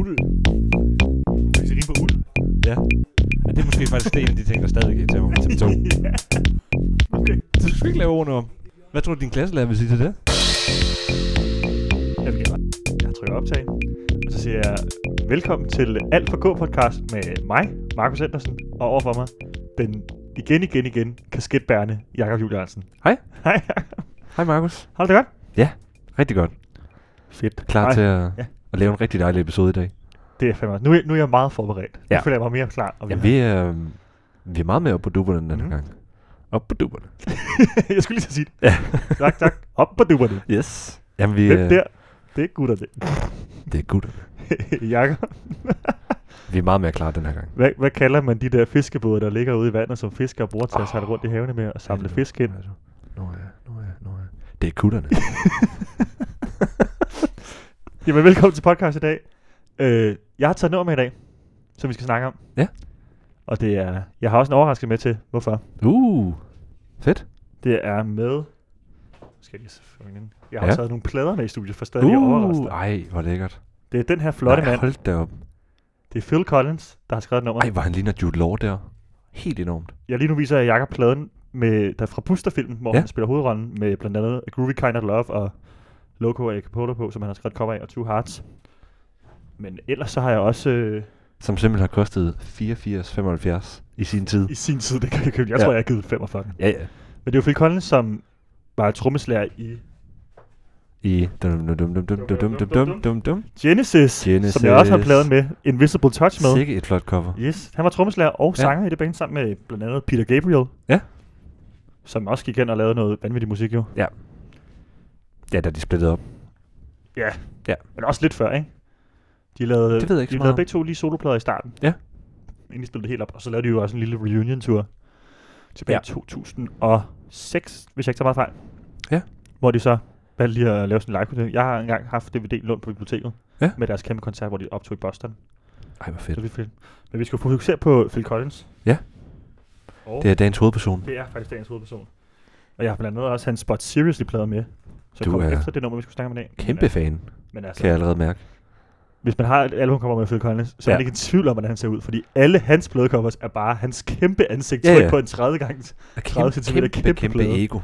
uld. Hvis det rimer på uld. Ja. ja det er måske faktisk det, en af de ting, der stadig irriterer mig til to. ja. Okay. Så du skal ikke lave ordene om. Hvad tror du, din klasselærer vil sige til det? Jeg, vil gerne. jeg trykker optag, og så siger jeg, velkommen til Alt for K-podcast med mig, Markus Andersen, og overfor mig, den igen, igen, igen, kasketbærende Jakob Juliansen. Hej. Hej, Hej Markus. har du det godt? Rigtig godt. Fedt. Klar Hej. til at, Ja. at lave en rigtig dejlig episode i dag. Det er fandme. Nu, er- nu er jeg meget forberedt. Ja. Ja. Nu føler jeg mig mere klar. Og Jamen, vi, er, øhm, vi er meget mere oppe på duberne den her Mhm. gang. Op på duberne. jeg skulle lige til at sige det. Ja. Tak, tak. Op på dupperne. Yes. Jamen, vi, Hvem er- der? Det er gutter, det. det er gutter. Jakob, Vi er meget mere klar den her gang. hvad, hvad kalder man de der fiskebåde, der ligger ude i vandet, som fiskere bruger til at sejle rundt i havene med og samle fisk ind? altså. Nå ja, nå ja, nå ja. Det er kutterne. Jamen, velkommen til podcast i dag. Øh, jeg har taget noget med i dag, som vi skal snakke om. Ja. Og det er, jeg har også en overraskelse med til, hvorfor. uh, fedt. Det er med, nu skal jeg lige se fange den. Jeg har Ja. ja. taget nogle plader med i studiet, for stadig at overraske Uh, dig. ej, hvor lækkert. Det er den her flotte Nej, mand. Hold da op. Det er Phil Collins, der har skrevet nummeret. Ej, hvor han ligner Jude Law der. Helt enormt. Jeg lige nu viser jeg Jakob pladen med, der er fra Buster-filmen, hvor Ja. ja. han spiller hovedrollen med blandt andet A Groovy Kind of Love og Loco og Acapulco på, som han har skrevet cover af, og Two Hearts. Men ellers så har jeg også øh, Som simpelthen har kostet 84,75 i sin tid. i sin tid, det kan jeg købe. Jeg Ja. ja. tror, jeg har givet 45. Men Ja, ja. det er jo Phil Collins, som var trommeslager i I dum dum dum dum dum dum dum dum dum dum. Genesis, Genesis, som jeg også har Genesis. pladen med, Invisible Touch med. Sikke et flot cover. Yes, han var trommeslager og Ja. sanger i det band sammen med blandt andet Peter Gabriel. Ja. Som også gik hen og lavede noget vanvittig musik jo. Ja. Ja, da de splittede op. Ja. Ja. Men også lidt før, ikke? De lavede, Det ved jeg ikke de så meget lavede om. begge to lige soloplader i starten. Ja. Inden de spillede det helt op. Og så lavede de jo også en lille reunion-tur tilbage i Ja. 2006, hvis jeg ikke tager meget fejl. Ja. Hvor de så valgte lige at lave sådan en live-koncert. Jeg har engang haft DVD lånt på biblioteket. Ja. Med deres kæmpe koncert, hvor de optog i Boston. Ej, hvor Så fedt. vi fik- Men vi skal fokusere på Phil Collins. Ja. Og Det er dagens hovedperson. det er faktisk dagens hovedperson. Og jeg har blandt andet også hans Spot Seriously-plade med. Så Du kommer er efter det nummer, vi skulle snakke om i dag. Men, Kæmpe øh, fan, Men altså, kan jeg allerede mærke. hvis man har et album, kommer med Phil Collins, så er Ja. man ikke i tvivl om, hvordan han ser ud, fordi alle hans pladecovers er bare hans kæmpe ansigt, Ja, tryk ja. på en 30 gang. Kæmpe, 30 centimeter kæmpe, kæmpe, kæmpe kæmpe plade. ego.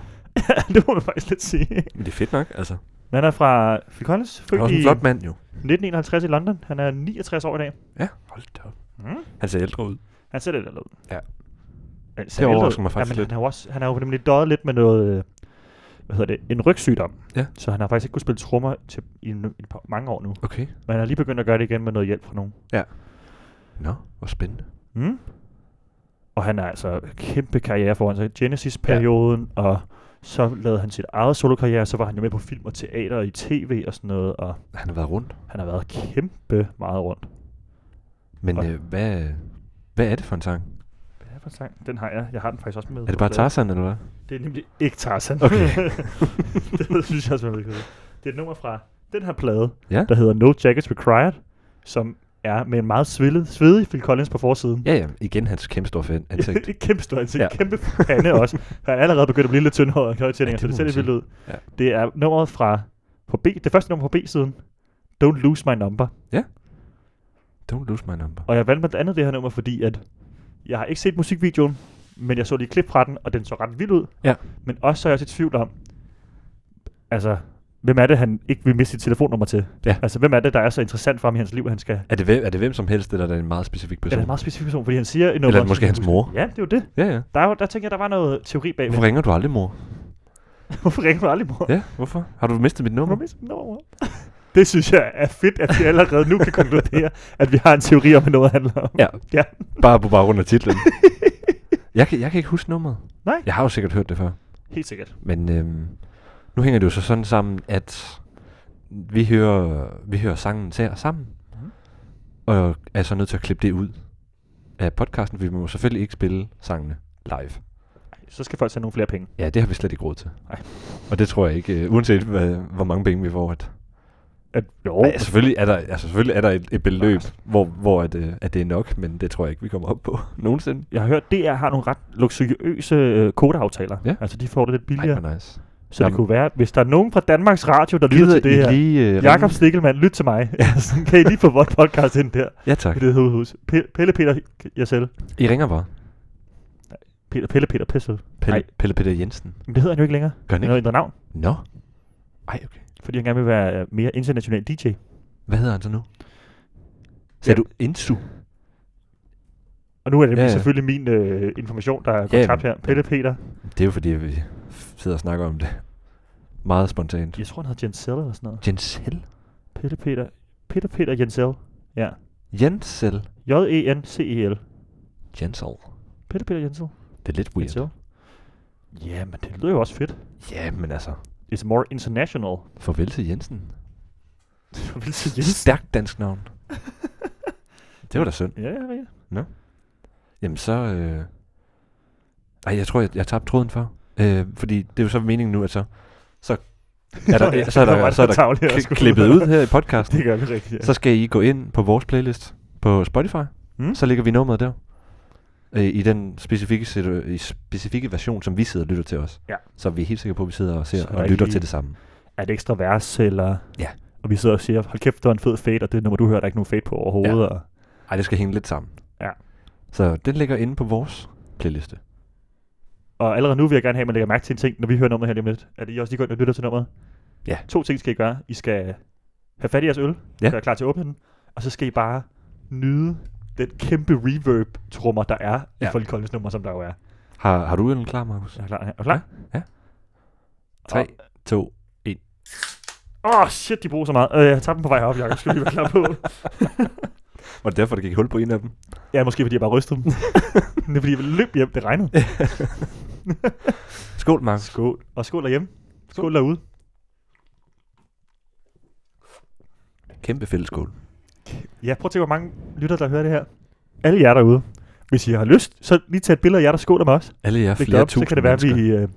det må man faktisk lidt sige. Men det er fedt nok, altså. Men han er fra Phil Collins, Han født er også i en flot mand, jo. 1951 i London. Han er 69 år i dag. Ja, hold da op. Mm. Han ser ældre ud. Han ser lidt ældre ud. Ja. Han Det overrasker mig faktisk Jamen, lidt. Han har, jo også, han har jo nemlig døjet lidt med noget, øh, hvad hedder det, en rygsygdom. Ja. Så han har faktisk ikke kunnet spille trommer til, i, en, i par, mange år nu. Okay. Men han har lige begyndt at gøre det igen med noget hjælp fra nogen. Nå, hvor spændende. Mm. Og han har altså kæmpe karriere foran sig. Genesis-perioden, ja. og så lavede han sit eget solokarriere, så var han jo med på film og teater og i tv og sådan noget, og Han har været rundt. han har været kæmpe meget rundt. Men Og- øh, hvad, hvad er det for en sang? Hvad er det for en sang? Den har jeg. Jeg har den faktisk også med. Er det bare Tarzan, eller hvad? Det er nemlig ikke Tarzan. Okay. det synes jeg også, man ved. Det er et nummer fra den her plade, Ja. der hedder No Jackets Required, som er med en meget svillet, svedig Phil Collins på forsiden. Ja, ja. Igen hans kæmpe store fan. Ansigt. Et kæmpe stort ansigt, Ja. ja. kæmpe pande også. Han er allerede begyndt at blive lidt tyndhåret og Ja, krævetjenninger, det ja, så det må ser man lidt vildt sige. ud. Det Ja. er nummeret fra på B, det første nummer på B-siden, Don't Lose My Number. Don't lose my number. Og jeg valgte blandt andet det her nummer, fordi at jeg har ikke set musikvideoen, men jeg så lige et klip fra den, og den så ret vild ud. Ja. Men også så er jeg også i tvivl om, altså, hvem er det, han ikke vil miste sit telefonnummer til? Ja. Altså, hvem er det, der er så interessant for ham i hans liv, at han skal... Er det, hvem, er det hvem som helst, eller er det en meget specifik Ja, det er person? en meget specifik person, fordi han siger... et nummer, Eller som måske jeg hans husker. mor. Ja, det er jo det. Ja, ja. Der, er jo- der tænker jeg, der var noget teori bag. Hvorfor ringer du aldrig, mor? Hvorfor ringer du aldrig, mor? Ja, hvorfor? Har du mistet mit nummer? Har du mistet mit nummer? Det synes jeg er fedt, at vi allerede nu kan konkludere, at vi har en teori om, hvad noget handler om. Ja. Ja. Bare på baggrund af titlen. jeg, kan, jeg kan ikke huske nummeret. Nej. Jeg har jo sikkert hørt det før. Helt sikkert. Men øhm, nu hænger det jo så sådan sammen, at vi hører, vi hører sangen til sammen. Mhm. Og er så nødt til at klippe det ud af podcasten, for vi må selvfølgelig ikke spille sangene live. Så skal folk tage nogle flere penge. Ja, det har vi slet ikke råd til. Nej. Og det tror jeg ikke, øh, uanset hvad, hvor mange penge vi får. At, At, jo, oh. selvfølgelig er der, altså, selvfølgelig er der et, et beløb, hvor, hvor at, øh, at det er nok, men det tror jeg ikke, vi kommer op på nogensinde. jeg har hørt, DR har nogle ret luksuriøse øh, kodeaftaler. Ja. Altså, de får det lidt Ej, billigere. hvor nice. Så Jamen. Jamen. det kunne være, hvis der er nogen fra Danmarks Radio, der lytter Gider til det I her. lige... Øh, Jakob ringe? Stikkelmann, lyt til mig. Ja, så kan I lige få vores podcast ind der. Ja tak. I det hovedhus. Pe- Pelle Peter, jeg selv. I ringer bare. Peter, Pelle Peter Pessel. Pelle, Nej. Pelle Peter Jensen. Men det hedder han jo ikke længere. Gør han Han har ikke? ændret navn, Nå. Ej, okay. fordi han gerne vil være øh, mere international DJ. Hvad hedder han så nu? Sagde Ja. du Insu? Og nu er det Ja, ja, ja. selvfølgelig min øh, information, der er gået Ja, tabt her. men- Pelle Peter. Det er jo fordi, vi sidder og snakker om det. Meget spontant. Jeg tror, han hedder Jensel eller sådan noget. Jensel? Pelle Peter. Peter Peter Jensel. Ja. Jensel? J-E-N-C-E-L. Jensel. Pelle Peter Jensel. Det er lidt weird. Jensel. Ja, men det lyder jo også fedt. Ja, men altså. It's more international. Farvel til Jensen. Vil sige Jens. Stærkt dansk navn. det var da synd. Ja, ja, ja. Jamen så... Øh... Ej, jeg tror, jeg, jeg tabte tråden for. Øh, fordi det er jo så meningen nu, at så... Så er Nå ja, der, så er det var der, ret så er der fortavligt at kli- skulle- klippet ud her i podcasten. Det gør vi rigtigt, ja. Så skal I gå ind på vores playlist på Spotify. Mm. Mm. Så ligger vi nummeret der. Øh, I den specifikke, situ- i specifikke version, som vi sidder og lytter til os. Ja. Så vi er helt sikre på, at vi sidder og ser Så der og ikke lytter lige- til det samme. er det ekstra vers, eller... Ja. Og vi sidder og siger, hold kæft, det var en fed fade, og det nummer, du hører, der er ikke nogen fade på overhovedet. Ja. Og, Ej, det skal hænge lidt sammen. Ja. Så den ligger inde på vores playliste. og allerede nu vil jeg gerne have, at man lægger mærke til en ting, når vi hører nummeret her lige om lidt. Er det I også lige går ind og lytter til nummeret? Ja. To ting skal I gøre. I skal have fat i jeres øl, Ja. være klar til at åbne den, og så skal I bare nyde den kæmpe reverb-trummer, der er ja. i Ja. Folkekoldens nummer, som der jo er. Har, har du den klar, Markus? Er du klar? Er du klar? Ja. 3, 2, Åh, oh, shit, de bruger så meget. Øh, jeg tager dem på vej herop, Jacob. Skal vi være klar på? Var det derfor, det gik hul på en af dem? ja, måske fordi jeg bare rystede dem. det er fordi, jeg løb hjem. Det regnede. Skål, Markus. Skål. Og skål derhjemme. Skål derude. Kæmpe fællesskål. Ja, prøv at tænke, hvor mange lytter, der hører det her. Alle jer derude. Hvis I har lyst, så lige tag et billede af jer, der skåler med os. Alle jer Læg flere det op, så tusind kan det være, at mennesker. vi øh,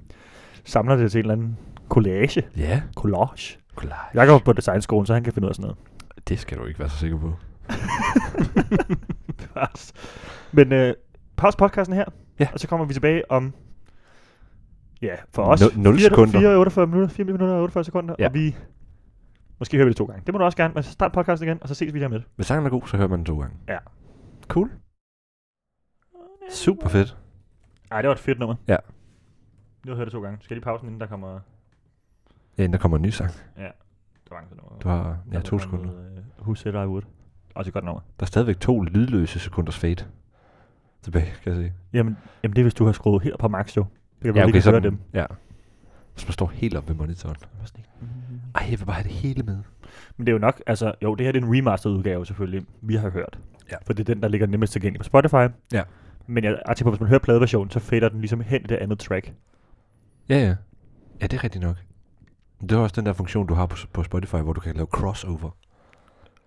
samler det til en eller anden collage. Ja, Collage. klar. Jeg går på designskolen, så han kan finde ud af sådan noget. Det skal du ikke være så sikker på. Bevares. Men øh, pause podcasten her, Ja. og så kommer vi tilbage om, ja, for os, Nul- nul 4, sekunder. 4, 48 minutter, 4 minutter og 48 sekunder, ja. Ja. og vi, måske hører vi det to gange. Det må du også gerne, men så start podcasten igen, og så ses vi der med. Hvis sangen er god, så hører man den to gange. Ja. Cool. Super fedt. Ej, det var et fedt nummer. Ja. Nu har jeg hørt det to gange. Skal jeg lige pausen, inden der kommer... Ja, inden der kommer en ny sang. Der var en nummer. Du har ja, Der to var sekunder. noget, øh, Who said I would? Også et godt nummer. Der er stadigvæk to lydløse sekunders fade tilbage, kan jeg se. Jamen, jamen det er, hvis du har skruet helt på max, jo. Det kan ja, okay, så høre dem. Ja. Hvis man står helt op ved monitoren. Ej, jeg vil bare have det hele med. Men det er jo nok, altså, jo, det her det er en remastered udgave selvfølgelig, vi har hørt. Ja. For det er den, der ligger nemmest tilgængelig på Spotify. Ja. Men jeg er til på, hvis man hører pladeversionen, så fader den ligesom hen i det andet track. Ja, ja. Ja, det er rigtigt nok. Det er også den der funktion, du har på, på Spotify, hvor du kan lave crossover.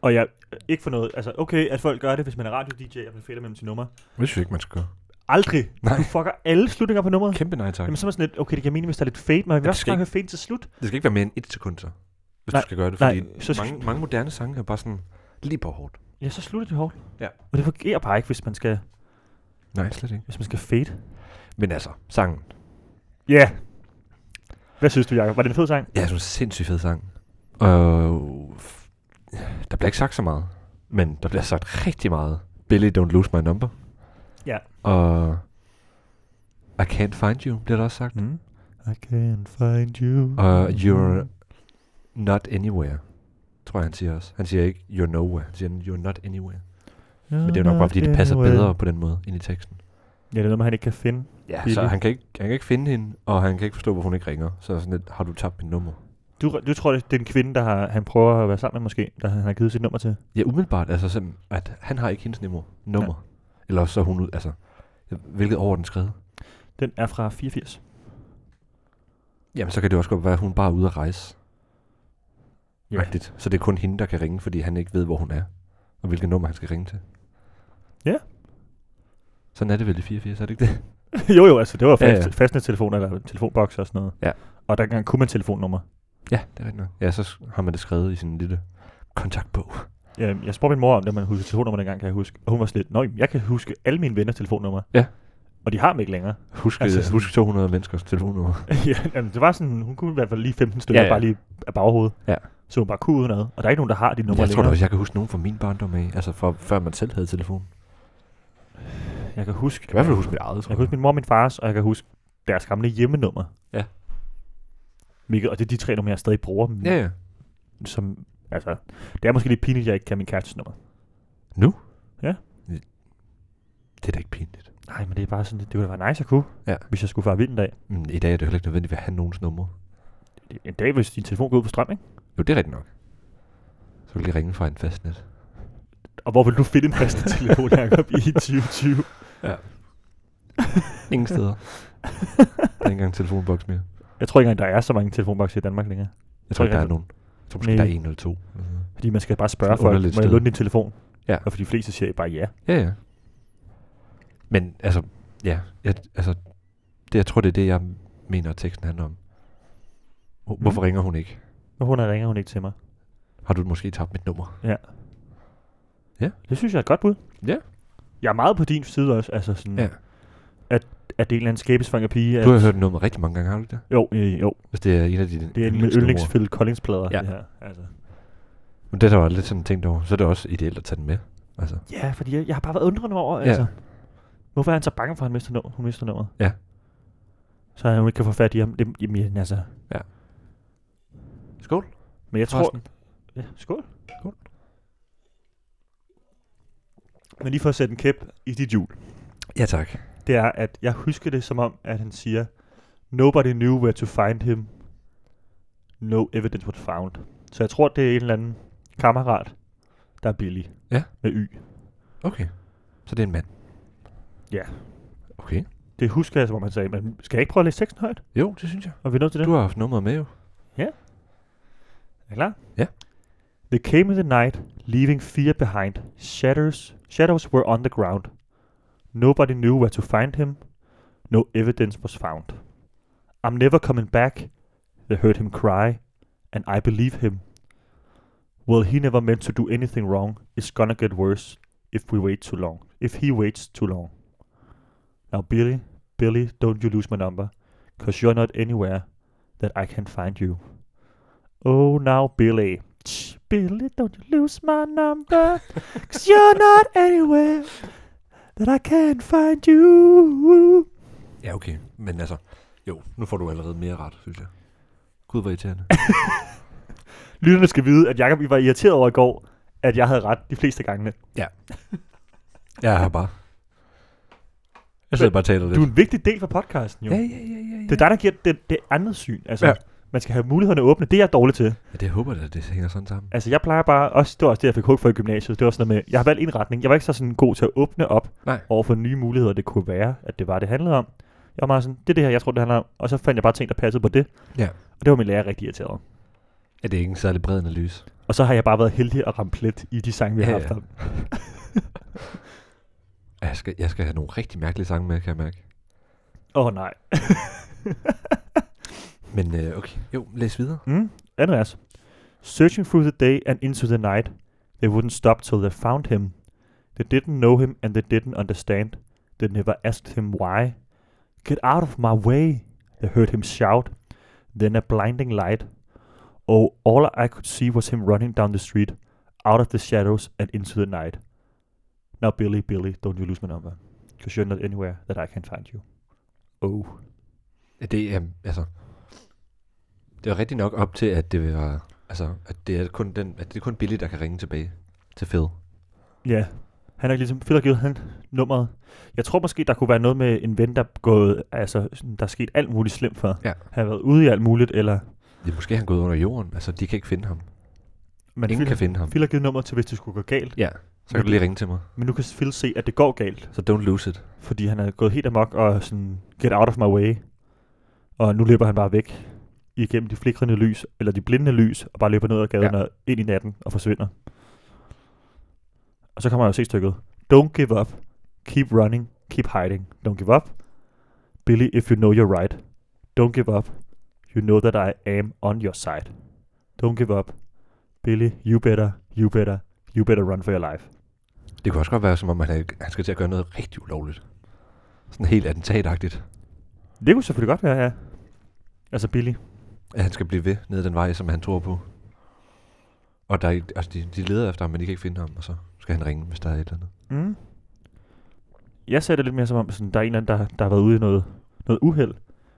Og jeg, ikke for noget, altså okay, at folk gør det, hvis man er radio-DJ, og man fader mellem sine numre. Det synes jeg ikke, man skal gøre. Aldrig! Nej. Du fucker alle slutninger på nummeret. Kæmpe nej tak. Jamen så er man sådan lidt, okay, det giver mening, hvis der er lidt fade, men jeg vil Ja, også skal gerne ikke- høre fade til slut. Det skal ikke være mere end et sekund, så. Hvis Nej, du skal gøre det, nej, fordi så så skal- mange, mange moderne sange er bare sådan lige på hårdt. Ja, så slutter det hårdt. Ja. Og det fungerer bare ikke, hvis man skal, Nej, slet ikke. hvis man skal fade. Men altså, sangen. Ja. Yeah. Hvad synes du, Jacob? Var det en fed sang? Ja, jeg synes, det er en sindssygt fed sang. Og f- der bliver ikke sagt så meget, men der bliver sagt rigtig meget. Billy, don't lose my number. Ja. Og I can't find you, bliver der også sagt. Mm. I can't find you. Og you're not anywhere, tror jeg, han siger også. Han siger ikke, you're nowhere. Han siger, you're not anywhere. Men det er jo nok bare, fordi det passer bedre på den måde ind i teksten. Ja, det er noget, man han ikke kan finde. Ja, Billy. så han kan, ikke, han kan ikke finde hende, og han kan ikke forstå, hvorfor hun ikke ringer. Så er sådan lidt, har du tabt mit nummer? Du, du tror, det er en kvinde, der har, han prøver at være sammen med måske, der han har givet sit nummer til. Ja, umiddelbart. Altså, som, at han har ikke hendes nummer. nummer. Ja. Eller også så er hun ud, altså, hvilket år er den skrevet? Den er fra 84. Jamen, så kan det også godt være, at hun bare er ude at rejse. Ja. Ja. Rigtigt. Så det er kun hende, der kan ringe, fordi han ikke ved, hvor hun er. Og hvilket nummer han skal ringe til. Ja. Sådan er det vel i 84, er det ikke det? jo, jo, altså det var Ja, fast, ja, ja. fastnettelefoner eller telefonbokser og sådan noget. Ja. Og der kunne man telefonnummer. Ja, det er rigtigt nok. Ja, så s- har man det skrevet i sin lille kontaktbog. Ja, jeg spurgte min mor om det, man husker telefonnummer dengang, kan jeg huske. Og hun var sådan lidt, Nå, jamen, jeg kan huske alle mine venners telefonnummer. Ja. Og de har dem ikke længere. Husk, Altså- altså, husk 200 menneskers telefonnummer. ja, jamen, det var sådan, hun kunne i hvert fald lige 15 stykker, ja, Ja, ja. ja. bare lige af baghovedet. Ja. Så hun bare kunne udenad, og der er ikke nogen, der har de numre Jeg tror da længere. også, jeg kan huske nogen fra min barndom af, altså fra før man selv havde telefon. Jeg kan huske, Jeg kan i hvert fald huske mit eget, tror jeg kan huske min mor og min fars, og jeg kan huske deres gamle hjemmenummer. Ja. Hvilket, og det er de tre numre, jeg stadig bruger. men Ja, ja. Som, altså, det er måske lidt pinligt, at jeg ikke kan min kærestes nummer. Nu? Ja. Det er da ikke pinligt. Nej, men det er bare sådan, lidt- det ville være nice at kunne, Ja. hvis jeg skulle fare vild en dag. Men i dag er det heller ikke nødvendigt at have nogens numre. En dag, hvis din telefon går ud på strøm, ikke? Jo, det er rigtigt nok. Så kan du lige ringe fra en fastnet. Og hvor vil du finde en fast telefon, Jacob, i 2020? Ingen steder. der er ikke engang en telefonboks mere. Jeg tror ikke engang, der er så mange telefonbokse i Danmark længere. Jeg tror ikke, der er Rigtig. nogen. Jeg tror måske, Nej. der er en eller to. eller sådan noget. Fordi man skal bare spørge Sådan et folk, underligt må jeg sted." låne din telefon? Ja. Og for de fleste siger I bare ja. Ja, ja. Men altså, ja, jeg, altså, det, jeg tror, det er det, jeg mener, at teksten handler om. Hvor- Hvorfor ringer hun ikke? Men hun ringer hun ikke til mig. Har du måske tabt mit nummer? Det synes jeg er et godt bud. Ja. Jeg er meget på din side også, altså sådan, Ja. at det er en eller anden skæbesvanger pige. At, Du har hørt nummeret rigtig mange gange, har du ikke det? Jo, øh, jo. Hvis det er en af dine Det er en med yndlingsnumre. yndlingsfælde Collins-plader, Ja. det her. Altså. Men det der var lidt sådan tænkt over, så er det også ideelt at tage den med. Altså, Ja, fordi jeg, jeg har bare været undrende over, Ja. altså. Hvorfor er han så bange for, at han mister nummer, hun mister nummeret? Ja. Så han ikke kan få fat i ham. Det, jamen, altså. skål. Men jeg tror... Ja, skål. Skål. Men lige for at sætte en kæp i dit hjul. Ja, tak. det er, at jeg husker det som om, at han siger, Nobody knew where to find him. No evidence was found. Så jeg tror, det er en eller anden kammerat, der er billig. Ja. Med Y. Okay. Så det er en mand. Ja. Okay. Det husker jeg, som om han sagde, men skal jeg ikke prøve at læse teksten højt? Jo, det synes jeg. Og vi nået til det? Du har haft nummeret med jo. Er I klar? Ja. They came in the night, leaving fear behind. Shadows, shadows were on the ground. Nobody knew where to find him. No evidence was found. I'm never coming back. They heard him cry, and I believe him. Well, he never meant to do anything wrong. It's gonna get worse if we wait too long. If he waits too long. Now, Billy, Billy, don't you lose my number, cause you're not anywhere that I can find you. Oh, now Billy. Tch, Billy, don't you lose my number. Cause you're not anywhere that I can find you. Ja, okay. Men altså, jo, nu får du allerede mere ret, synes jeg. Gud, hvor irriterende. Lytterne skal vide, at Jacob I var irriteret over i går, at jeg havde ret de fleste gangene. jeg har bare... Jeg sidder bare og taler lidt. Du er en vigtig del for podcasten, jo. Ja, ja, ja, ja. ja. Det er dig, der giver det, det andet syn. Altså, ja. Ja. man skal have mulighederne åbne. Det er jeg dårlig til. ja, det jeg håber jeg da, det hænger sådan sammen. Altså, jeg plejer bare... Også, det var også det, jeg fik hug for i gymnasiet. Det var sådan noget med... Jeg har valgt en retning. Jeg var ikke så sådan god til at åbne op Nej. over for nye muligheder, det kunne være, at det var, det handlede om. Jeg var meget sådan, det er det her, jeg tror, det handler om. Og så fandt jeg bare ting, der passede på det. Ja. Og det var min lærer rigtig irriteret. over. Ja, det er ikke en særlig bred analyse. Og så har jeg bare været heldig at ramme plet i de sange, vi har Ja, haft ja. om. Jeg skal, jeg skal have nogle rigtig mærkelige sange med, kan jeg mærke. Åh oh, nej. Men øh, okay, jo, læs videre. Mm. Andet vers. Searching through the day and into the night, they wouldn't stop till they found him. They didn't know him and they didn't understand. They never asked him why. Get out of my way, they heard him shout. Then a blinding light. Oh, all I could see was him running down the street, out of the shadows and into the night. Now, Billy, Billy, don't you lose my number, because you're not anywhere that I can find you. Oh. Ja, Det er, altså... Det er rigtigt nok op til, at det var... Altså, at det er kun, den, at det er kun Billy, der kan ringe tilbage til Phil. Ja, han er ligesom fedt at give han nummeret. Jeg tror måske, der kunne være noget med en ven, der er gået, altså, sådan, der er sket alt muligt slemt for. Ja. Han har været ude i alt muligt, eller... Det er måske, han er gået under jorden. Altså, de kan ikke finde ham. Men Ingen Phil, kan finde ham. Phil har givet nummer til, hvis det skulle gå galt. Ja, så kan du lige ringe til mig. Men nu kan Phil se, at det går galt, Så don't lose it. fordi han er gået helt amok og sådan, get out of my way. Og nu løber han bare væk igennem de flikrende lys, eller de blindende lys, og bare løber ned ad gaden ja. Ja. og ind i natten og forsvinder. Og så kommer jeg jo se stykket. Don't give up. Keep running. Keep hiding. Don't give up. Billy, if you know you're right. Don't give up. You know that I am on your side. Don't give up. Billy, you better, you better, you better run for your life. Det kunne også godt være, som om han, er, han skal til at gøre noget rigtig ulovligt. Sådan helt attentatagtigt. Det kunne selvfølgelig godt være, ja. Altså Billy. At han skal blive ved ned ad den vej, som han tror på. Og der er, ikke- altså, de, de leder efter ham, men de kan ikke finde ham, og så skal han ringe, hvis der er et eller andet. Mm. Jeg ser det lidt mere som om, sådan, der er en eller anden, der, der har været ude i noget, noget uheld.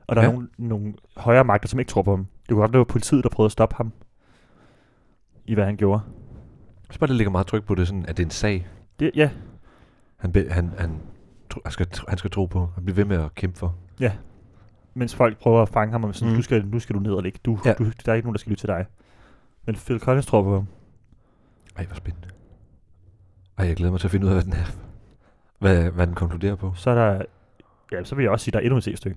Og der ja. Ja. er nogle, nogle højere magter, som ikke tror på ham. Det kunne godt være, det var politiet, der prøvede at stoppe ham. I hvad han gjorde. Så bare det ligger meget tryk på det, sådan, at det er en sag, Det, ja, han, be, han, han, tro, han, skal, han skal tro på, og blive ved med at kæmpe for. mens folk prøver at fange ham, og sådan, mm. Mm. nu, skal, nu skal du ned og ligge. Du, ja. Ja. du, der er ikke nogen, der skal lytte til dig. Men Phil Collins tror på ham. Ej, hvor spændende. Ej, jeg glæder mig til at finde ud af, hvad den er. Hvad, hvad den konkluderer på. Så er der, ja, så vil jeg også sige, der er endnu et C-stykke.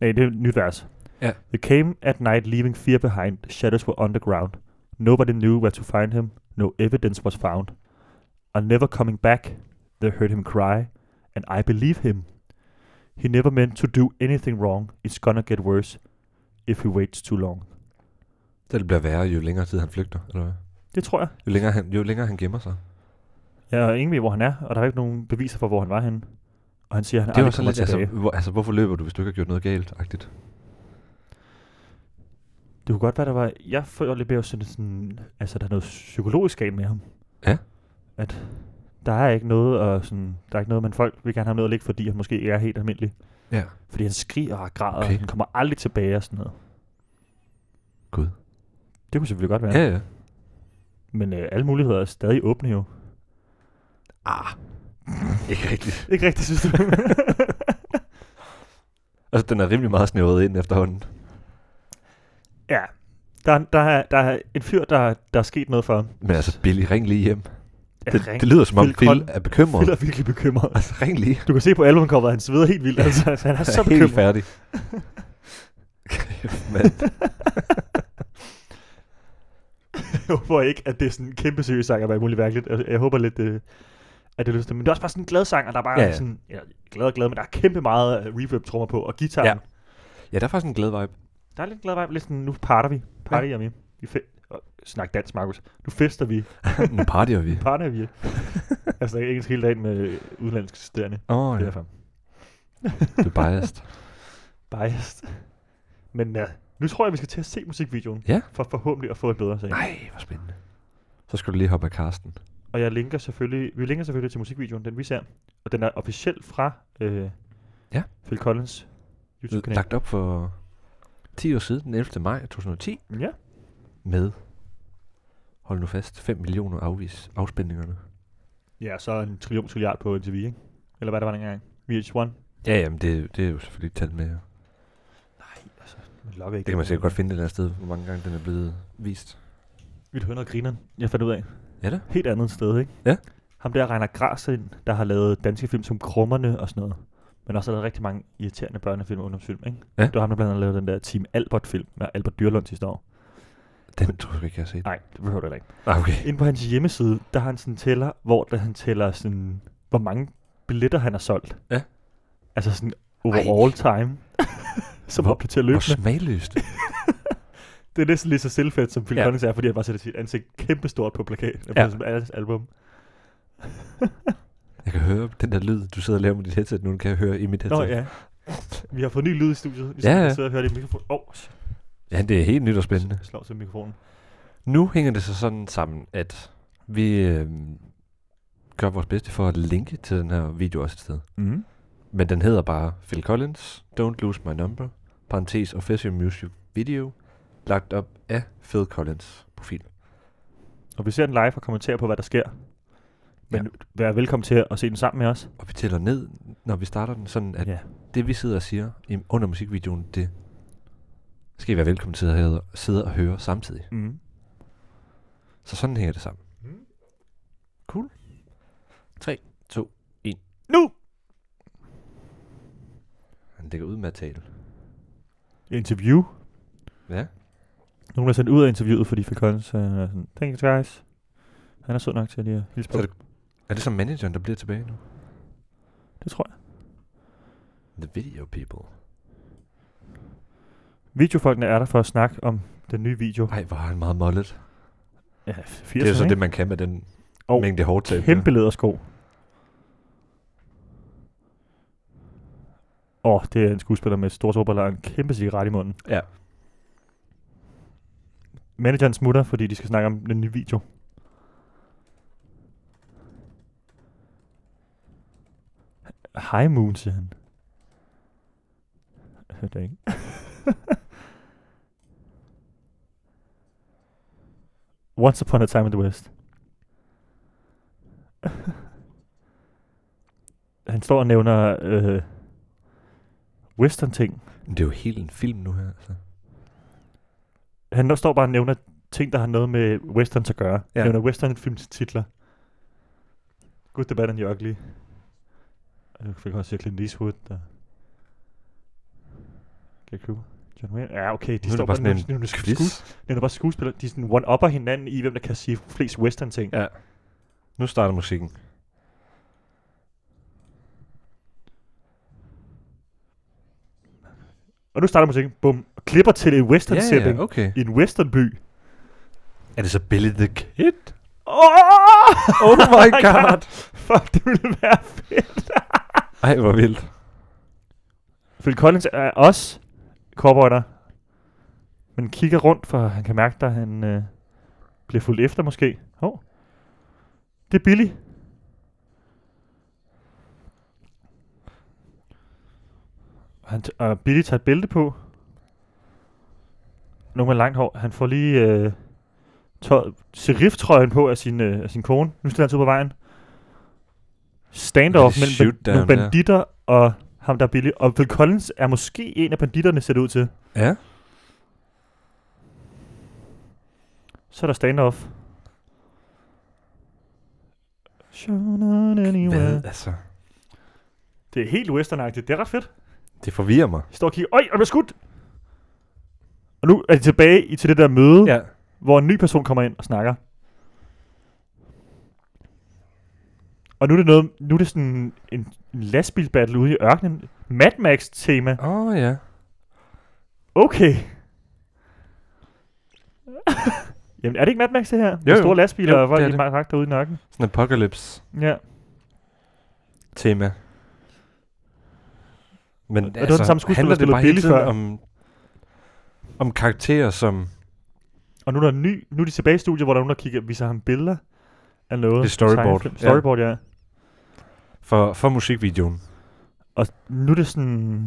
Nej, det er et nyt vers. Ja. They came at night leaving fear behind. The shadows were on the ground. Nobody knew where to find him. No evidence was found. And never coming back, they heard him cry. And I believe him. He never meant to do anything wrong. It's gonna get worse if he waits too long. Det bliver værre, jo længere tid han flygter, eller hvad? Det tror jeg. Jo længere han, jo længere han gemmer sig. Ja, og ingen ved, hvor han er, og der er ikke nogen beviser for, hvor han var henne. Og han siger, at han Det var aldrig så kommer lidt, lidt, tilbage. altså, Altså... hvor, altså, hvorfor løber du, hvis du ikke har gjort noget galt, agtigt? Det kunne godt være, der var... Jeg føler lidt mere sådan, sådan... Altså, der er noget psykologisk galt med ham. Ja. At der er ikke noget, og sådan, der er ikke noget, men folk vil gerne have ham ned og ligge, fordi han måske ikke er helt almindelig. Ja. Fordi han skriger og græder, okay. Okay. og han kommer aldrig tilbage og sådan noget. Gud. Det kunne selvfølgelig godt være. Ja, ja. Men øh, alle muligheder er stadig åbne jo. Ah. Ikke rigtigt. Ikke rigtigt, synes du? Altså, den er rimelig meget snævret ind efterhånden. ja. Der, der, er, der er en fyr, der, der er sket noget for ham. Men altså, Billy, ring lige hjem. Ja, Det, ring. det lyder som om, Phil Phil Collins- er bekymret. Phil er virkelig bekymret. Altså, ring lige. Du kan se på albumcoveret, han sveder helt vildt. Altså, altså han er så er helt bekymret. færdig. Kæft, mand. Jeg håber ikke, at det er sådan en kæmpe seriøs sang, og alt muligt mærkeligt. Jeg, jeg håber lidt, øh, at det er lyst til. Men det er også bare sådan en glad sang, og der er bare Ja, ja. ja. sådan... Ja, glad og glad, men der er kæmpe meget øh, reverb-trommer på, og guitar. Ja. Ja. Ja, der er faktisk en glad vibe. Der er lidt glad vibe, lidt sådan, nu parter vi. Party, ja. vi. vi fe- og Snak dansk, Markus. Nu fester vi. nu partyer vi. Parter vi. jeg snakker engelsk hele dagen med øh, udenlandske studerende. Åh, Oh, oh, det er ja. derfor. Du er biased. Biased. Men ja, nu tror jeg, vi skal til at se musikvideoen. Ja. For forhåbentlig at få en bedre sag. Nej, hvor spændende. Så skal du lige hoppe af Karsten. Og jeg linker selvfølgelig, vi linker selvfølgelig til musikvideoen, den vi ser. Og den er officielt fra øh, Ja. Phil Collins YouTube-kanal. Lagt op for 10 år siden, den 11. maj 2010, Ja. med, hold nu fast, 5 millioner afvis, afspændingerne. ja, så en trillion trilliard på MTV, ikke? Eller hvad der var dengang? VH1? Ja, jamen, det, det er jo selvfølgelig et tal med. Man lokker ikke. altså, Det kan man sikkert godt finde et eller andet sted, hvor mange gange den er blevet vist. Vi hører noget griner, jeg fandt ud af. Ja da. Helt andet sted, ikke? Ja. Ham der Reiner Grasen, der har lavet danske film som Krummerne og sådan noget. Men også har lavet rigtig mange irriterende børnefilm og ungdomsfilm, ikke? Ja. Det var ham, der blandt andet lavede den der Team Albert-film med Albert Dyrlund sidste år. Den tror jeg ikke, jeg har set. Nej, det behøver du heller ikke. Ah, okay. Inde på hans hjemmeside, der har han sådan en tæller, hvor der han tæller sådan, hvor mange billetter han har solgt. Ja. Altså sådan Ej. over all time. som Hvor- opdaterer Hvor løbende. smagløst. Det er næsten lige så selvfedt, som Phil ja. Ja. Collins er, fordi han bare sætter sit ansigt kæmpestort på plakaten. altså, Ja. Ja. På alles album. Jeg kan høre den der lyd, du sidder og laver med dit headset nu, den kan jeg høre i mit headset. Nå ja. Vi har fået ny lyd i studiet. Vi Ja, ja, ja. ja. sidder og hører det i mikrofonen. Åh, oh, shit, ja, det er helt nyt og spændende. jeg slår til mikrofonen. Nu hænger det så sådan sammen, at vi øh, gør vores bedste for at linke til den her video også et sted. Mm. Men den hedder bare Phil Collins, Don't Lose My Number, parentes Official Music Video, lagt op af Phil Collins profil. Og vi ser den live og kommenterer på, hvad der sker. Men ja. vær velkommen til at se den sammen med os. Og vi tæller ned, når vi starter den, sådan at Ja. det vi sidder og siger i- under musikvideoen, det skal I være velkommen til at have- sidde og høre samtidig. Mm. Så sådan hænger det sammen. Mm. Cool. 3, 2, 1. Nu! Han ligger ud med at tale. Interview. Ja. Nogen der er sendt ud af interviewet, fordi Phil Collins øh, er sådan, thanks guys. Han er sød nok til lige at hilse på. Så Det, Er det så manageren, der bliver tilbage nu? det tror jeg. The video people. Videofolkene er der for at snakke om den nye video. Ej, hvor er han meget mollet. Ja, Det er 80'erne, jo så ikke? det, man kan med den Og mængde hårdtale. Kæmpe lædersko. Åh, oh, det er en skuespiller med store sårbart og en kæmpe cigaret i munden. Ja. Manageren smutter, fordi de skal snakke om den nye video. Hej Moon, siger han. Jeg hørte det ikke. Once Upon a Time in the West. han står og nævner øh, western-ting. Men det er jo helt en film nu her. Altså. Han står bare og nævner ting, der har noget med westerns at gøre. Ja. Ja. Nævner western-films titler. Good, the Bad and the Ugly. Og Jeg fik også se Clint Eastwood og... Gary Cooper. John Wayne. Ja, okay, de nu er står det bare bare sådan nævner, en nævner, quiz. skues, nævner bare skuespillere. De sådan one-upper hinanden i, hvem der kan sige flest western-ting. Ja. Nu starter musikken. Og nu starter musikken. Bum. Og klipper til en western-sætning. ja, okay. I en westernby. Er det så Billy the Kid? Oh! Oh my god. Fuck, det ville være fedt. Ej, hvor vildt. Phil Collins er også cowboyder, men kigger rundt, for han kan mærke, at han øh, bliver fulgt efter måske. Hov. Det er Billy. Han t- og Billy tager et bælte på. Nu med langt hår. Han får lige øh, tøj- seriftrøjen på af sin, øh, af sin kone. Nu stiller han sig ud på vejen. Standoff Lidt mellem ban- shoot nogle down der. banditter og ham, der er Billy. Og Phil Collins er måske en af banditterne, ser det ud til. Ja. Så er der standoff. Shown on anywhere. Hvad? Altså, Det er helt westernagtigt. Det er ret fedt. det forvirrer mig. De står og kigger. Øj, jeg bliver skudt! Og nu er de tilbage i- til det der møde, ja. hvor en ny person kommer ind og snakker. Og nu er det, noget, nu er det sådan en, en lastbilbattle ude i ørkenen. Mad Max tema. Åh, oh, ja. Okay. Jamen, er det ikke Mad Max det her? Med Jo, jo. store lastbiler Jo, og folk det er i det. magt derude i nakken. Sådan en apocalypse-tema. Ja. Men altså, Og det var den samme skuespiller, handler der det spillede Billy bare hele tiden før. om, om karakterer, som Og nu er der en ny, nu er de tilbage i studiet, hvor der er nogen, der kigger, viser ham billeder af noget. Det er storyboard, Tegnefilm. ja. Storyboard, ja. ja. for, for musikvideoen. Og nu er det sådan... Nu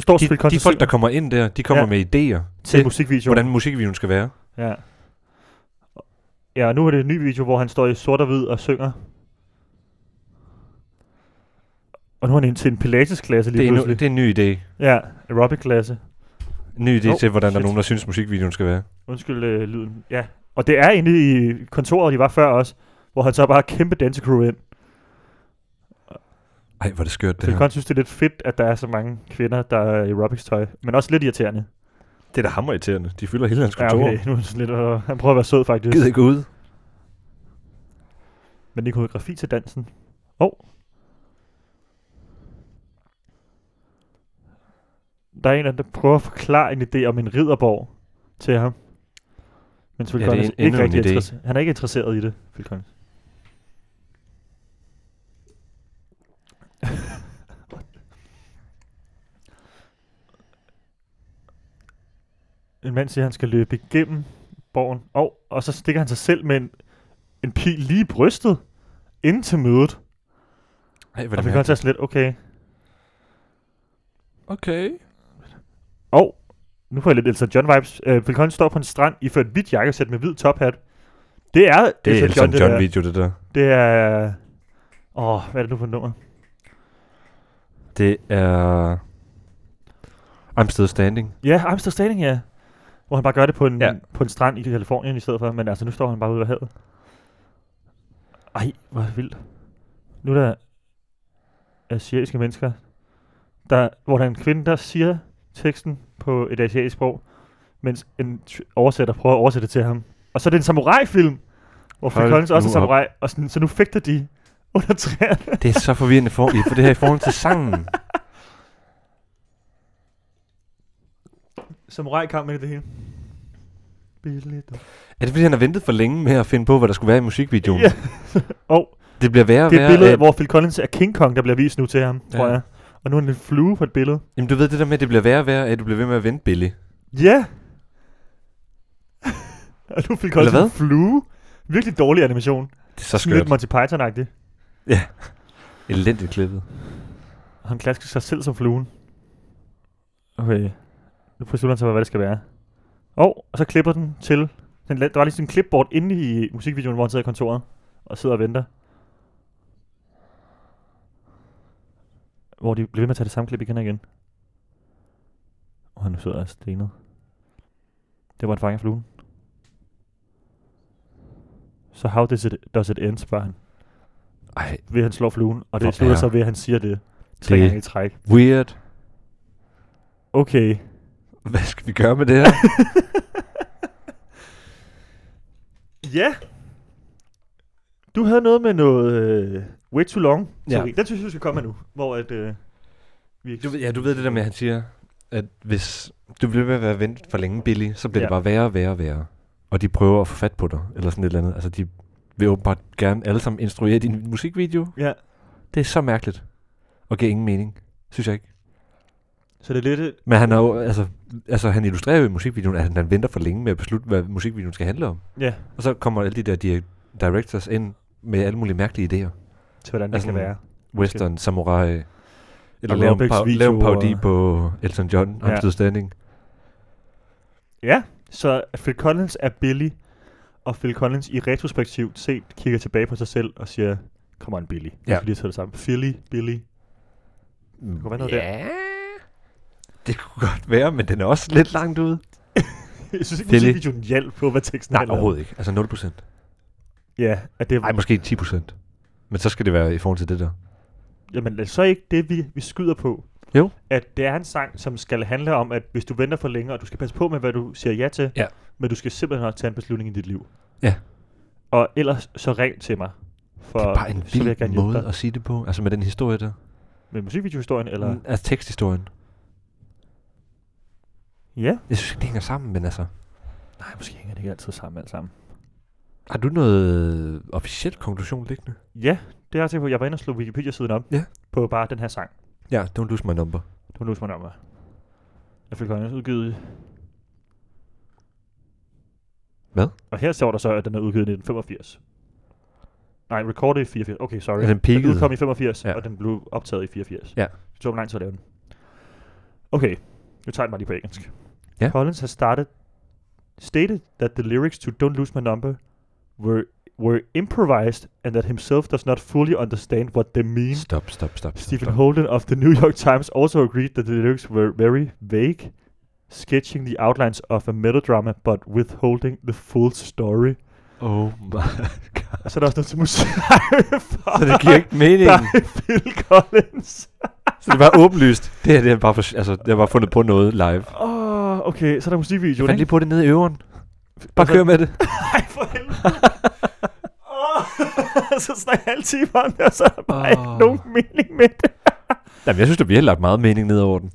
står De, selvfølgelig de folk, der kommer ind der, de kommer ja. Ja. med idéer til til, musikvideo. hvordan musikvideoen skal være. Ja. Ja, og nu er det en ny video, hvor han står i sort og hvid og synger. Og nu er han ind til en pilatesklasse lige Det er, en, pludselig. det er en ny idé. Ja, aerobic-klasse. En ny idé Hov, oh, til, hvordan shit. der er shit. nogen, der synes, musikvideoen skal være. Undskyld øh, lyden. Ja. Og det er inde i kontoret, de var før også, hvor han så bare kæmpe dansecrew ind. Ej, hvor er det skørt, det Phil her. Collins synes, det er lidt fedt, at der er så mange kvinder, der er i aerobics tøj. Men også lidt irriterende. Det er da hammerirriterende. De fylder hele hans Ja, kontor. okay. Nu er det sådan lidt, øh, han prøver at være sød faktisk. Gider ikke gå ud. Men det er koreografi til dansen. Åh. Oh. Der er en, af dem, der prøver at forklare en idé om en ridderborg til ham. Men Phil Ja, det er Collins en- endnu ikke en rigtig idé. interesse- Han er ikke interesseret i det, Phil Collins. en mand siger, at han skal løbe igennem borgen. Og, og så stikker han sig selv med en, en pil lige i brystet ind til mødet. Ej, hvor er Og det Phil Collins er mærkeligt. sådan lidt, okay. Okay. Og nu får jeg lidt Elton John vibes. Øh, Phil Collins står på en strand i et hvidt jakkesæt med hvid tophat. Det er Det er Elton det der. John-video, det der. Det er... Åh, hvad er det nu for et nummer? Det er... I'm Still Standing. Ja, I'm Still Standing, ja. Hvor han bare gør det på en, Ja. ja. på en strand i Kalifornien i stedet for. Men altså, nu står han bare ude af havet. Ej, hvor er det vildt. Nu er der asiatiske mennesker, der, hvor der er en kvinde, der siger teksten på et asiatisk sprog, mens en t- oversætter prøver at oversætte det til ham. Og så er det en samurai-film, hvor Phil Hold Collins også er nu op. samurai, og sådan, så nu fægter de under træerne. Det er så forvirrende for, i- for det her i forhold til sangen. Samurai-kamp ind i det hele. Billigt. Er det fordi, han har ventet for længe med at finde på, hvad der skulle være i musikvideoen? Ja. Og Det bliver værre og Det er værre. et billede, at- hvor Phil Collins er King Kong, der bliver vist nu til ham, ja. tror Ja. jeg. Og nu er han en flue på et billede. Jamen, du ved det der med, at det bliver værre og værre, at du bliver ved med at vente Billy. Ja! og du fik Eller også hvad? en flue. Virkelig dårlig animation. Det er så Skørt. Lidt skørt. Monty Python-agtig. Elendigt klippet. Og han klasker sig selv som fluen. Okay. Nu beslutter han sig, for, hvad det skal være. Og, og så klipper den til... Den, la- der var lige sådan en clipboard inde i musikvideoen, hvor han sidder i kontoret og sidder og venter. Hvor de bliver ved med at tage det samme klip igen og igen. Og han nu sidder og stenet. Det var en fange fluen. Så how does it, does it end, spørger han. Ej, Ved at han slår fluen, og Hvor det slutter er- så ved, at han siger det. Tre Det- gange i træk. weird. Okay. Hvad skal vi gøre med det her? Ja. Du havde noget med noget øh, way too long. Ja. Ja. Den synes jeg, vi skal komme med nu. Hvor at, øh, vi Du, ved- ja, du ved det der med, at han siger, at hvis du bliver ved med at være vente for længe, Billy, så bliver ja. Ja. det bare værre og værre og værre. Og de prøver at få fat på dig, eller sådan et eller andet. Altså, de vil åbenbart gerne alle sammen instruere din musikvideo. Ja. Det er så mærkeligt. Og giver ingen mening, synes jeg ikke. Så det er lidt... øh, Men han, er jo, altså, altså, han illustrerer jo i musikvideoen, at han, han venter for længe med at beslutte, hvad musikvideoen skal handle om. Ja, Og så kommer alle de der direk- directors ind med alle mulige mærkelige idéer. til hvordan det Altså, skal være. Western, samurai, eller Og lave en, Lorbex pa- video lave en parodi og- på Elton John, Ja. ja. Amstead Standing. Ja, så Phil Collins er Billy, og Phil Collins i retrospektivt set kigger tilbage på sig selv og siger, kom on Billy. Ja. Ja. Jeg skal lige tage det sammen. Philly, Billy. Det kunne være noget ja. Det kunne godt være, men den er også lidt langt ude. jeg synes ikke, Philly. musikvideoen hjalp på, hvad teksten Nej, handler om. overhovedet ikke. Altså 0 procent. Ja, at det, Nej, måske 10 procent. Men så skal det være i forhold til det der. Jamen, er det så ikke det, vi, vi skyder på? Jo. At det er en sang, som skal handle om, at hvis du venter for længe, og du skal passe på med, hvad du siger ja til, Ja. men du skal simpelthen også tage en beslutning i dit liv. Ja. Og ellers så ring til mig. For det er bare en så vil jeg gerne vild hjælpe måde dig. at sige det på. Altså med den historie der. Med musikvideohistorien, eller? Eller... Mm. Altså teksthistorien. Ja. Jeg synes ikke, det hænger sammen, men altså. Nej, måske hænger det ikke altid sammen alt sammen. Har du noget øh, officiel konklusion liggende? Ja, det har jeg tænkt på. Jeg var inde og slå Wikipedia-siden op Ja. på bare den her sang. Ja, don't lose my number. Du løser mig nummer. Jeg fik også udgivet... Hvad? Og her står der så, at den er udgivet i 1985. Nej, recorded i 84. Okay, sorry. Ja, Altså, den peakede. udkom i 85, Ja. ja. og den blev optaget i 84. Ja. Det tog dem lang tid at lave den. Okay, nu tager jeg den bare lige på engelsk. Ja. Collins has started stated that the lyrics to Don't Lose My Number were were improvised and that himself does not fully understand what they mean Stop, stop, stop. stop, Stephen stop. Holden of the New York Times also agreed that the lyrics were very vague, sketching the outlines of a melodrama but withholding the full story. Oh my. Og så er der også noget til musik. Så det giver ikke mening. Dig, Phil Collins. så det var åbenlyst. Det her, det er bare, for, altså, det har bare fundet på noget live. Åh, oh, okay, så er der musikvideoen, Fandt ikke? lige på det nede i øveren. Bare kør med det. Nej, for helvede. Åh, så snakker jeg halv time om det, og så er der bare oh. Åh. ikke nogen mening med det. Jamen, jeg synes, der bliver lagt meget mening ned over den.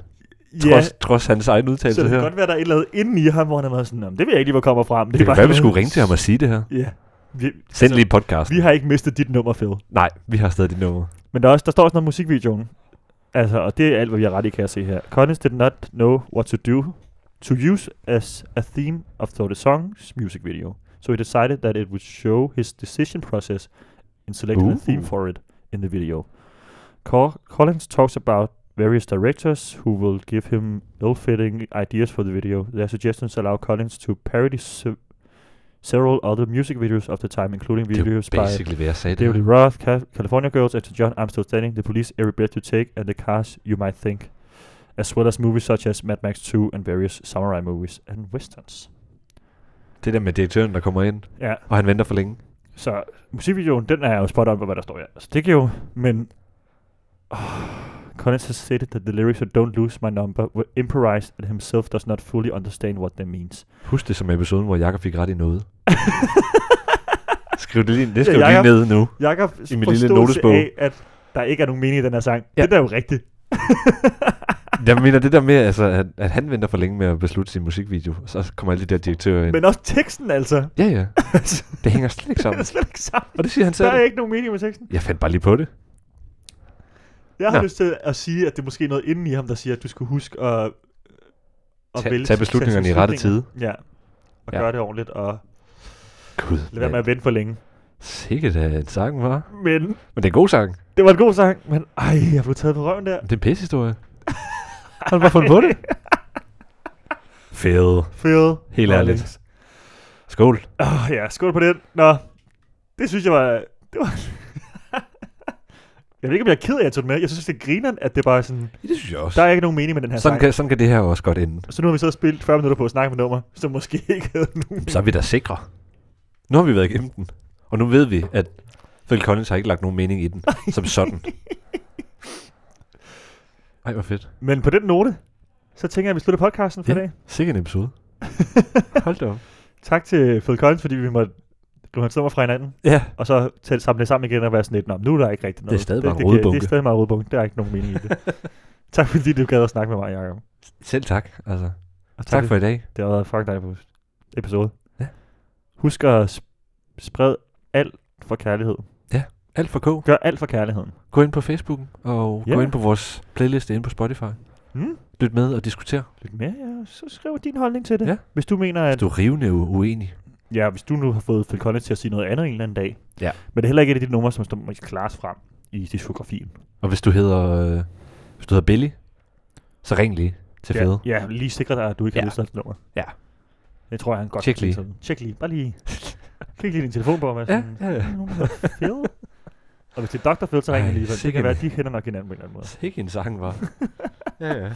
Trods, trods hans egen så udtalelse det her. kan godt være, der er et eller andet inde i ham, hvor han har været sådan, "Nå, men det ved jeg ikke lige, hvor kommer frem. Det kan kan bare være, vi noget- skulle ringe til ham og sige det her. Ja. Vi, Send lige podcasten. Vi har ikke mistet dit nummer, Phil. Nej, vi har stadig dit nummer. Men der, er også, der står også noget i musikvideoen. Altså, og det er alt, hvad vi har ret i, kan jeg se her. Collins did not know what to do to use as a theme of the song's music video. So he decided that it would show his decision process in selecting a theme Ooh. for it in the video. Col- Collins talks about various directors who will give him ill-fitting ideas for the video. Their suggestions allow Collins to parody se- several other music videos of the time, including Det er jo videos by basically, hvad jeg sagde det. David Lee her. Roth, Ca- California Girls, Elton John, I'm Still Standing, The Police, Every Breath You Take, and The Cars You Might Think, as well as movies such as Mad Max 2 and various samurai movies and westerns. Det der med direktøren, der kommer ind, Ja, og han venter for længe. så musikvideoen, den er jo spot on på, hvad der står her. Så det giver jo, men... Oh, Collins has stated that the lyrics of Don't Lose My Number were improvised and himself does not fully understand what they means. Husk det som episoden, hvor Jakob fik ret i noget. Skriv det lige, det skriv Ja, lige Jakob. ned nu. Jakob, I min lille forståelse notesbog. af, at der ikke er nogen mening i den her sang, Ja. ja. det er jo rigtigt. Jeg mener det der med, altså, at, at han venter for længe med at beslutte sin musikvideo. Så kommer alle de der direktører ind. Men også teksten altså. Ja, ja. Det hænger slet det ikke er sammen. slet ikke sammen. Og det siger han Der er selv. ikke nogen mening med teksten. Jeg fandt bare lige på det. Jeg har Nå. lyst til at sige, at det er måske noget inden i ham, der siger, at du skulle huske at, at Tag- vælge- tag beslutningerne i rette beslutninger. Ja, og Ja. ja. gøre det ordentligt, og Gud, lad være med at vente for længe. Sikkert da en sang, var. Men Men det er en god sang. det var en god sang, men ej, jeg blev taget på røven der. Det er en pissehistorie. Har du bare fundet på det? Fed. Fede. Helt ærligt. Skål. Åh oh, ja, skål på den. Nå, det synes jeg var... Det var jeg ved ikke, om jeg er ked af, at jeg tog den med. Jeg synes, det er grineren, at det bare er sådan... Det synes jeg også. Der er ikke nogen mening med den her Sådan sang. kan, sådan kan det her også godt ende. Så nu har vi så spillet 40 minutter på at snakke med nummer, som måske ikke havde nogen. Så er vi da sikre. Nu har vi været igennem den. Og nu ved vi, at Phil Collins har ikke lagt nogen mening i den. som sådan. Ej, hvor fedt. Men på den note, så tænker jeg, at vi slutter podcasten for Ja. i dag. Sikkert en episode. Hold da op. Tak til Phil Collins, fordi vi måtte rive hans nummer fra hinanden, Ja, og så tælle samle det sammen igen og være sådan lidt, "Nå, nu er der ikke rigtig noget. stadig bare en det, giver- Det rodebunke. er stadig bare en rodebunke. Der er ikke nogen mening i det. tak fordi du gad at snakke med mig, Jacob. selv tak. Altså, Og tak for i dag. Det har været en fucking dejlig pos- episode. Ja. Husk at sp- sprede alt for kærlighed. Alt for K. Gør alt for kærligheden. Gå ind på Facebooken og gå Ja. ind på vores playlist inde på Spotify. Mm? Lyt med og diskuter. Lidt mere, ja. Så skriv din holdning til det. Ja. Hvis du mener, Hvis at... du er rivende u- uenig. Ja, hvis du nu har fået Phil Collins til at sige noget andet en eller anden dag. Ja. Men det er heller ikke et af de numre, som står mest klart frem i diskografien. Og hvis du hedder, øh, hvis du hedder Billy, så ring lige til ja, fede. Ja, lige sikre dig, at du ikke Ja. har lyst til nummer. Ja. Det tror jeg, han godt Tjek kan lige. sige sådan. Tjek lige. Bare lige. Klik lige din telefon på, og vær Ja, sådan, ja, ja. "Hmm, nogen, der er fede." Og hvis det er Dr. Phil, så ringer Ej, han lige. for Det sikkert. kan være, at de kender nok hinanden på en eller anden måde. Sikke en sang, var. ja, ja.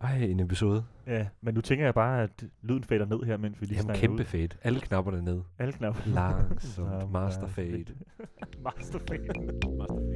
Ej, en episode. Ja, men nu tænker jeg bare, at lyden fader ned her, mens vi lige Jamen, snakker kæmpe ud. fade. Alle knapperne ned. Alle knapper. Langsomt. Master fade. Master fade. Master fade.